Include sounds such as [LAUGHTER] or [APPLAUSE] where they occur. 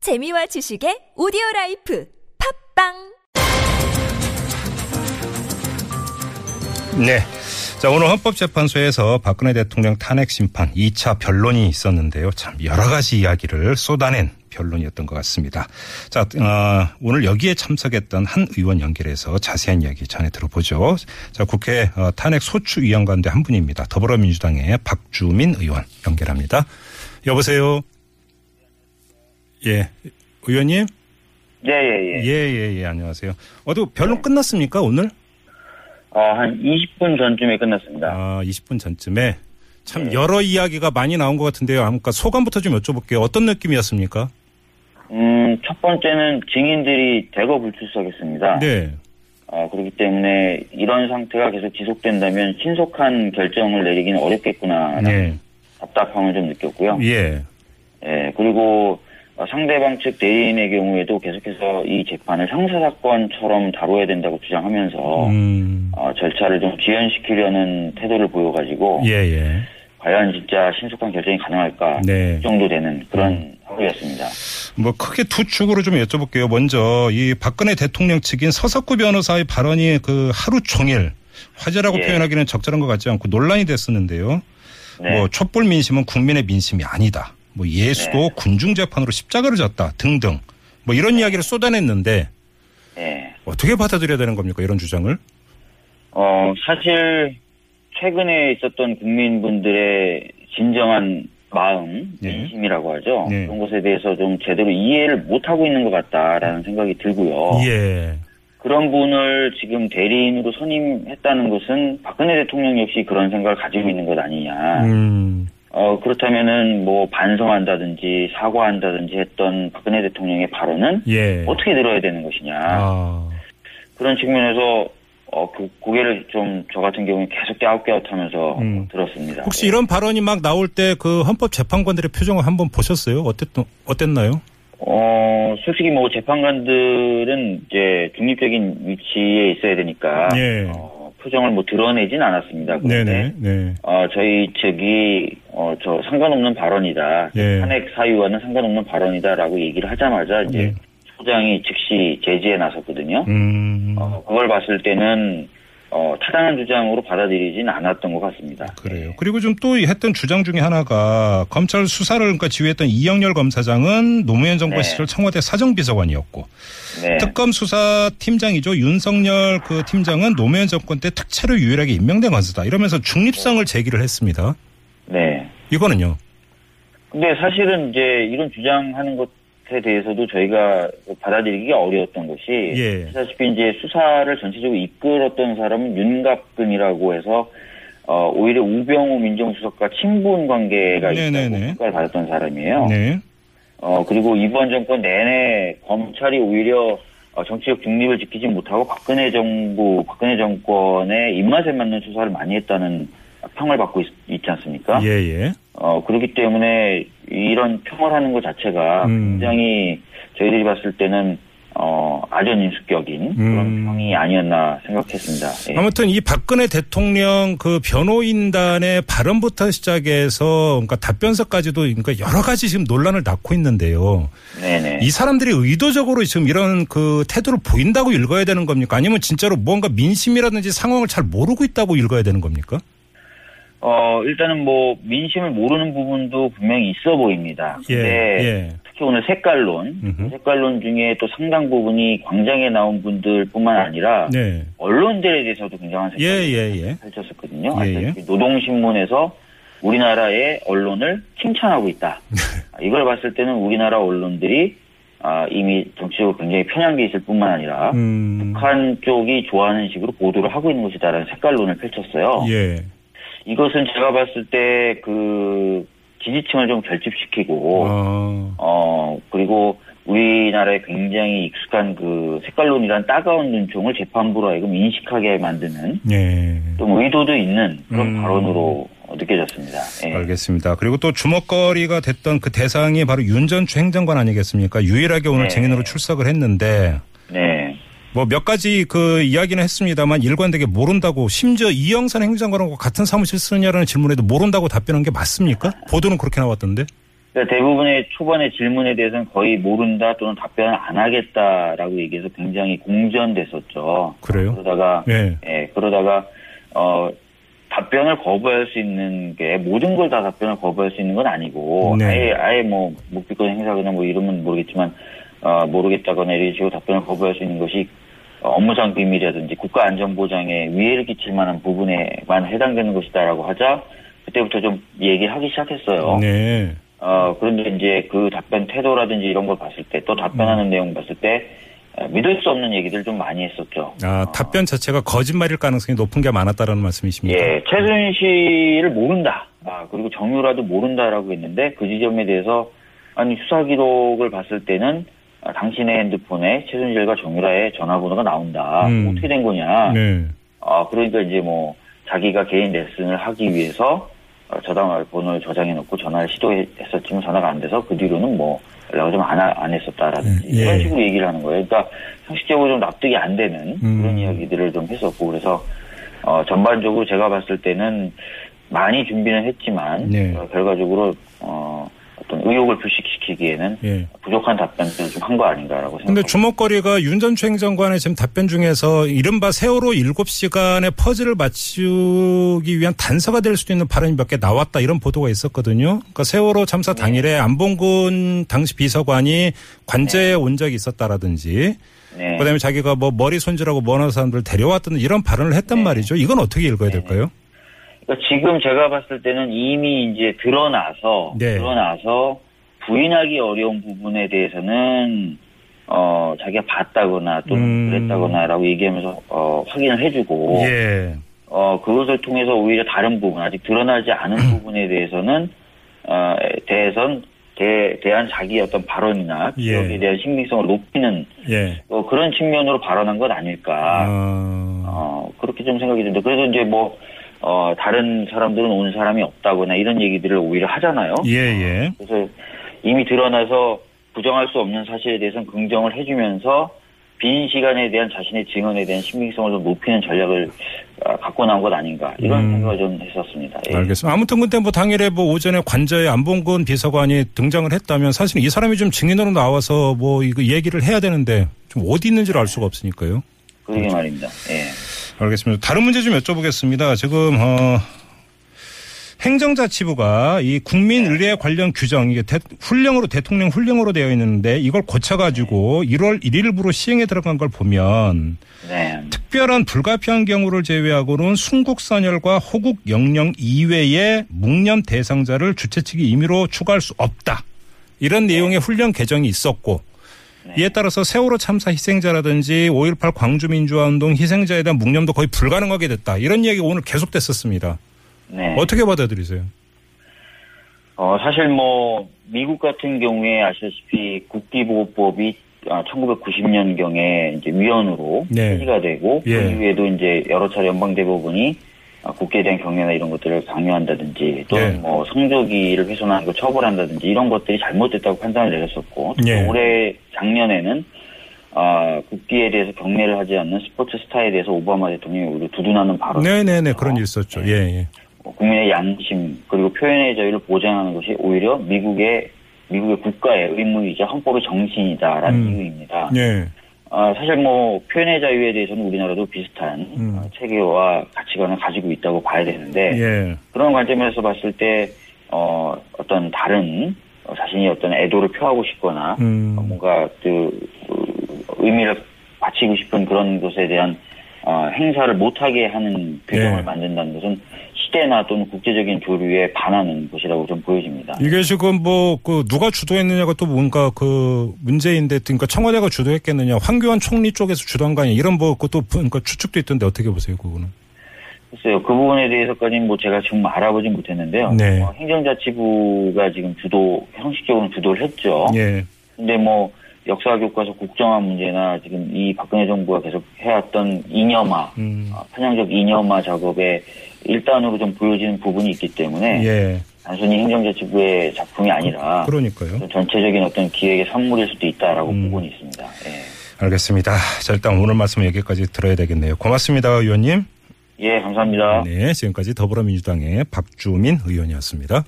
재미와 지식의 오디오 라이프 팝빵 네. 자, 오늘 헌법재판소에서 박근혜 대통령 탄핵 심판 2차 변론이 있었는데요. 참 여러 가지 이야기를 쏟아낸 변론이었던 것 같습니다. 자, 어, 오늘 여기에 참석했던 한 의원 연결해서 자세한 이야기 전해 들어보죠. 자, 국회 어, 탄핵 소추위원 관대 한 분입니다. 더불어민주당의 박주민 의원 연결합니다. 여보세요. 예. 의원님? 예예예. 예, 예, 예. 안녕하세요. 어디 변론 끝났습니까, 오늘? 어, 한 20분 전쯤에 끝났습니다. 아, 20분 전쯤에 참 네. 여러 이야기가 많이 나온 것 같은데요. 아무까 소감부터 좀 여쭤볼게요. 어떤 느낌이었습니까? 음, 첫 번째는 증인들이 대거 불출석했습니다. 네. 어, 그렇기 때문에 이런 상태가 계속 지속된다면 신속한 결정을 내리기는 어렵겠구나. 라는 네. 답답함을 좀 느꼈고요. 예. 예, 그리고 어, 상대방 측 대리인의 경우에도 계속해서 이 재판을 형사 사건처럼 다뤄야 된다고 주장하면서 음. 어, 절차를 좀 지연시키려는 태도를 보여가지고 예, 예. 과연 진짜 신속한 결정이 가능할까 네. 정도 되는 그런 하루였습니다. 뭐 크게 두 축으로 좀 여쭤볼게요. 먼저 이 박근혜 대통령 측인 서석구 변호사의 발언이 그 하루 종일 화제라고 예. 표현하기는 적절한 것 같지 않고 논란이 됐었는데요. 네. 뭐 촛불 민심은 국민의 민심이 아니다. 뭐 네. 예수도 군중 재판으로 십자가를 졌다 등등. 뭐 이런 이야기를 쏟아냈는데 예. 어떻게 받아들여야 되는 겁니까? 이런 주장을? 어, 사실 최근에 있었던 국민분들의 진정한 마음, 예. 민심이라고 하죠. 네. 그런 것에 대해서 좀 제대로 이해를 못하고 있는 것 같다라는 생각이 들고요. 예. 그런 분을 지금 대리인으로 선임했다는 것은 박근혜 대통령 역시 그런 생각을 가지고 있는 것 아니냐. 음. 어, 그렇다면은 뭐 반성한다든지 사과한다든지 했던 박근혜 대통령의 발언은 예. 어떻게 들어야 되는 것이냐. 아. 그런 측면에서 어, 그 고개를 좀 저 같은 경우는 계속 깨웃깨웃 하면서 음. 들었습니다. 혹시 이런 발언이 막 나올 때 그 헌법재판관들의 표정을 한번 보셨어요? 어땠, 어땠나요? 어, 솔직히 뭐 재판관들은 이제 중립적인 위치에 있어야 되니까 예. 어, 표정을 뭐 드러내진 않았습니다. 그런데 네네. 네. 어, 저희 측이 어, 저 상관없는 발언이다. 예. 탄핵 사유와는 상관없는 발언이다라고 얘기를 하자마자 이제 예. 소장이 즉시 제지에 나섰거든요. 음. 어, 그걸 봤을 때는 어, 타당한 주장으로 받아들이진 않았던 것 같습니다. 그래요. 그리고 좀 또 했던 주장 중에 하나가 검찰 수사를 그러니까 지휘했던 이영렬 검사장은 노무현 정부 네. 시절 청와대 사정비서관이었고 네. 특검 수사 팀장이죠 윤석열 그 팀장은 노무현 정권 때 특채로 유일하게 임명된 건수다 이러면서 중립성을 제기를 했습니다. 네. 이거는요. 근데 사실은 이제 이런 주장하는 것에 대해서도 저희가 받아들이기가 어려웠던 것이 예. 아시다시피 이제 수사를 전체적으로 이끌었던 사람은 윤갑근이라고 해서 어, 오히려 우병우 민정수석과 친분 관계가 네네네. 있다고 평가를 받았던 사람이에요. 네. 어, 그리고 이번 정권 내내 검찰이 오히려 어, 정치적 중립을 지키지 못하고 박근혜 정부, 박근혜 정권의 입맛에 맞는 수사를 많이 했다는 평을 받고 있, 있지 않습니까? 예, 예. 어, 그렇기 때문에 이런 평을 하는 것 자체가 음. 굉장히 저희들이 봤을 때는 어, 아전인수격인 음. 그런 평이 아니었나 생각했습니다. 예. 아무튼 이 박근혜 대통령 그 변호인단의 발언부터 시작해서 그러니까 답변서까지도 그러니까 여러 가지 지금 논란을 낳고 있는데요. 네네. 이 사람들이 의도적으로 지금 이런 그 태도를 보인다고 읽어야 되는 겁니까? 아니면 진짜로 뭔가 민심이라든지 상황을 잘 모르고 있다고 읽어야 되는 겁니까? 어, 일단은 뭐 민심을 모르는 부분도 분명히 있어 보입니다. 예. 근데 예. 특히 오늘 색깔론, 음흠. 색깔론 중에 또 상당 부분이 광장에 나온 분들뿐만 아니라 네. 언론들에 대해서도 굉장한 색깔이 예, 예, 예. 펼쳤었거든요. 예, 예. 아시다시피 노동신문에서 우리나라의 언론을 칭찬하고 있다. 네. 이걸 봤을 때는 우리나라 언론들이 아, 이미 정치적으로 굉장히 편향돼 있을 뿐만 아니라 음. 북한 쪽이 좋아하는 식으로 보도를 하고 있는 것이다라는 색깔론을 펼쳤어요. 예. 이것은 제가 봤을 때 그 지지층을 좀 결집시키고 아. 어, 그리고 우리나라에 굉장히 익숙한 그 색깔론이란 따가운 눈총을 재판부로 하여금 인식하게 만드는 예. 좀 의도도 있는 그런 음. 발언으로 느껴졌습니다. 예. 알겠습니다. 그리고 또 주목거리가 됐던 그 대상이 바로 윤 전 주 행정관 아니겠습니까? 유일하게 오늘 네. 증인으로 출석을 했는데 네. 뭐 몇 가지 그 이야기는 했습니다만 일관되게 모른다고 심지어 이영선 행정관하고 같은 사무실 쓰느냐라는 질문에도 모른다고 답변한 게 맞습니까? 보도는 그렇게 나왔던데. 그러니까 대부분의 초반의 질문에 대해서는 거의 모른다 또는 답변을 안 하겠다라고 얘기해서 굉장히 공전됐었죠. 그래요? 그러다가 예. 예, 그러다가 어 답변을 거부할 수 있는 게 모든 걸 다 답변을 거부할 수 있는 건 아니고 네. 아예 아예 뭐 묵비권 행사거나 뭐 이러면 모르겠지만 어 모르겠다거나 이런 식으로 답변을 거부할 수 있는 것이 업무상 비밀이라든지 국가 안전보장에 위해를 끼칠 만한 부분에만 해당되는 것이다라고 하자 그때부터 좀 얘기하기 시작했어요. 네. 어, 그런데 이제 그 답변 태도라든지 이런 걸 봤을 때 또 음. 답변하는 내용 봤을 때 어, 믿을 수 없는 얘기들 좀 많이 했었죠. 아, 답변 자체가 거짓말일 가능성이 높은 게 많았다라는 말씀이십니까? 예, 최순 씨를 모른다. 아, 그리고 정유라도 모른다라고 했는데 그 지점에 대해서 아니 수사 기록을 봤을 때는 아, 당신의 핸드폰에 최순실과 정유라의 전화번호가 나온다. 음. 어떻게 된 거냐. 네. 아, 그러니까 이제 뭐 자기가 개인 레슨을 하기 위해서 어, 저장할 번호를 저장해 놓고 전화를 시도했었지만 전화가 안 돼서 그 뒤로는 뭐 연락을 좀 안 안 했었다라든지 예. 이런 식으로 얘기를 하는 거예요. 그러니까 형식적으로 좀 납득이 안 되는 음. 그런 이야기들을 좀 했었고 그래서 어, 전반적으로 제가 봤을 때는 많이 준비는 했지만 네. 어, 결과적으로 어, 어떤 의혹을 불식시키기에는 예. 부족한 답변들을 좀 한 거 아닌가라고 근데 생각합니다. 주목거리가 윤 전 추행장관의 지금 답변 중에서 이른바 세월호 7시간의 퍼즐을 맞추기 위한 단서가 될 수도 있는 발언이 몇 개 나왔다 이런 보도가 있었거든요. 그러니까 세월호 참사 네. 당일에 안봉근 당시 비서관이 관제에 온 적이 있었다라든지 네. 그다음에 자기가 뭐 머리 손질하고 먼 사람들 데려왔던 이런 발언을 했단 네. 말이죠. 이건 어떻게 읽어야 될까요? 그러니까 지금 제가 봤을 때는 이미 이제 드러나서 네. 드러나서 부인하기 어려운 부분에 대해서는 어 자기가 봤다거나 또는 음. 그랬다거나라고 얘기하면서 어 확인을 해주고 예. 어 그것을 통해서 오히려 다른 부분 아직 드러나지 [CLEARS THROAT] 않은 부분에 대해서는 어 대해선 대 대한 자기 어떤 발언이나 예. 기억에 대한 신빙성을 높이는 예. 어, 그런 측면으로 발언한 건 아닐까 어, 어, 그렇게 좀 생각이 드는데, 그래도 이제 뭐, 어, 다른 사람들은 온 사람이 없다거나 이런 얘기들을 오히려 하잖아요. 예, 예. 그래서 이미 드러나서 부정할 수 없는 사실에 대해서는 긍정을 해주면서 빈 시간에 대한 자신의 증언에 대한 신빙성을 좀 높이는 전략을 아, 갖고 나온 것 아닌가 이런 음. 생각을 좀 했었습니다. 예. 알겠습니다. 아무튼 근데 뭐 당일에 뭐 오전에 관저에 안봉근 비서관이 등장을 했다면 사실 이 사람이 좀 증인으로 나와서 뭐 이거 얘기를 해야 되는데 좀 어디 있는지를 알 수가 없으니까요. 그러게 말입니다. 예. 알겠습니다. 다른 문제 좀 여쭤보겠습니다. 지금 어 행정자치부가 이 국민 의례 관련 규정 이게 대- 훈령으로 대통령 훈령으로 되어 있는데 이걸 고쳐 가지고 1월 1일부로 시행에 들어간 걸 보면 네. 특별한 불가피한 경우를 제외하고는 순국선열과 호국 영령 이외의 묵념 대상자를 주최 측이 임의로 추가할 수 없다. 이런 내용의 훈령 개정이 있었고 이에 따라서 세월호 참사 희생자라든지 5.18 광주민주화운동 희생자에 대한 묵념도 거의 불가능하게 됐다. 이런 이야기가 오늘 계속 됐었습니다. 네. 어떻게 받아들이세요? 어, 사실 뭐, 미국 같은 경우에 아시다시피 국기보호법이 1990년경에 이제 위헌으로 네. 폐지가 되고, 예. 그 이후에도 이제 여러 차례 연방대법원이 아, 국기에 대한 경례나 이런 것들을 강요한다든지, 또는 네. 뭐 성조기를 훼손하는 거 처벌한다든지, 이런 것들이 잘못됐다고 판단을 내렸었고, 특히 예. 올해 작년에는 아, 국기에 대해서 경례를 하지 않는 스포츠 스타에 대해서 오바마 대통령이 오히려 두둔하는 발언을 네네네 아, 그런 일 있었죠. 예, 예. 뭐 국민의 양심 그리고 표현의 자유를 보장하는 것이 오히려 미국의 미국의 국가의 의무이자 헌법의 정신이다라는 음. 이유입니다. 예. 아, 사실 뭐 표현의 자유에 대해서는 우리나라도 비슷한 음. 어, 체계와 가치관을 가지고 있다고 봐야 되는데 예. 그런 관점에서 봤을 때 어, 어떤 다른 어, 자신이 어떤 애도를 표하고 싶거나 음. 어, 뭔가 그 어, 의미를 바치고 싶은 그런 것에 대한 어, 행사를 못하게 하는 규정을 네. 만든다는 것은 시대나 또는 국제적인 조류에 반하는 것이라고 좀 보여집니다. 이게 지금 뭐 그 누가 주도했느냐가 또 뭔가 그 문제인데 그러니까 청와대가 주도했겠느냐 황교안 총리 쪽에서 주도한 거 아니냐 이런 뭐 그것도 그러니까 추측도 있던데 어떻게 보세요 그거는 글쎄요, 그 부분에 대해서까지는 뭐 제가 지금 알아보진 못했는데요. 네. 어, 행정자치부가 지금 주도, 형식적으로 주도를 했죠. 예 근데 뭐 역사 교과서 국정화 문제나 지금 이 박근혜 정부가 계속 해왔던 이념화, 음. 어, 편향적 이념화 작업에 일단으로 좀 보여지는 부분이 있기 때문에 예 단순히 행정자치부의 작품이 네. 아니라 그러니까요 좀 전체적인 어떤 기획의 산물일 수도 있다라고 음. 보고는 있습니다. 예. 알겠습니다 자 일단 오늘 말씀 여기까지 들어야 되겠네요 고맙습니다 의원님 예, 감사합니다. 네 지금까지 더불어민주당의 박주민 의원이었습니다.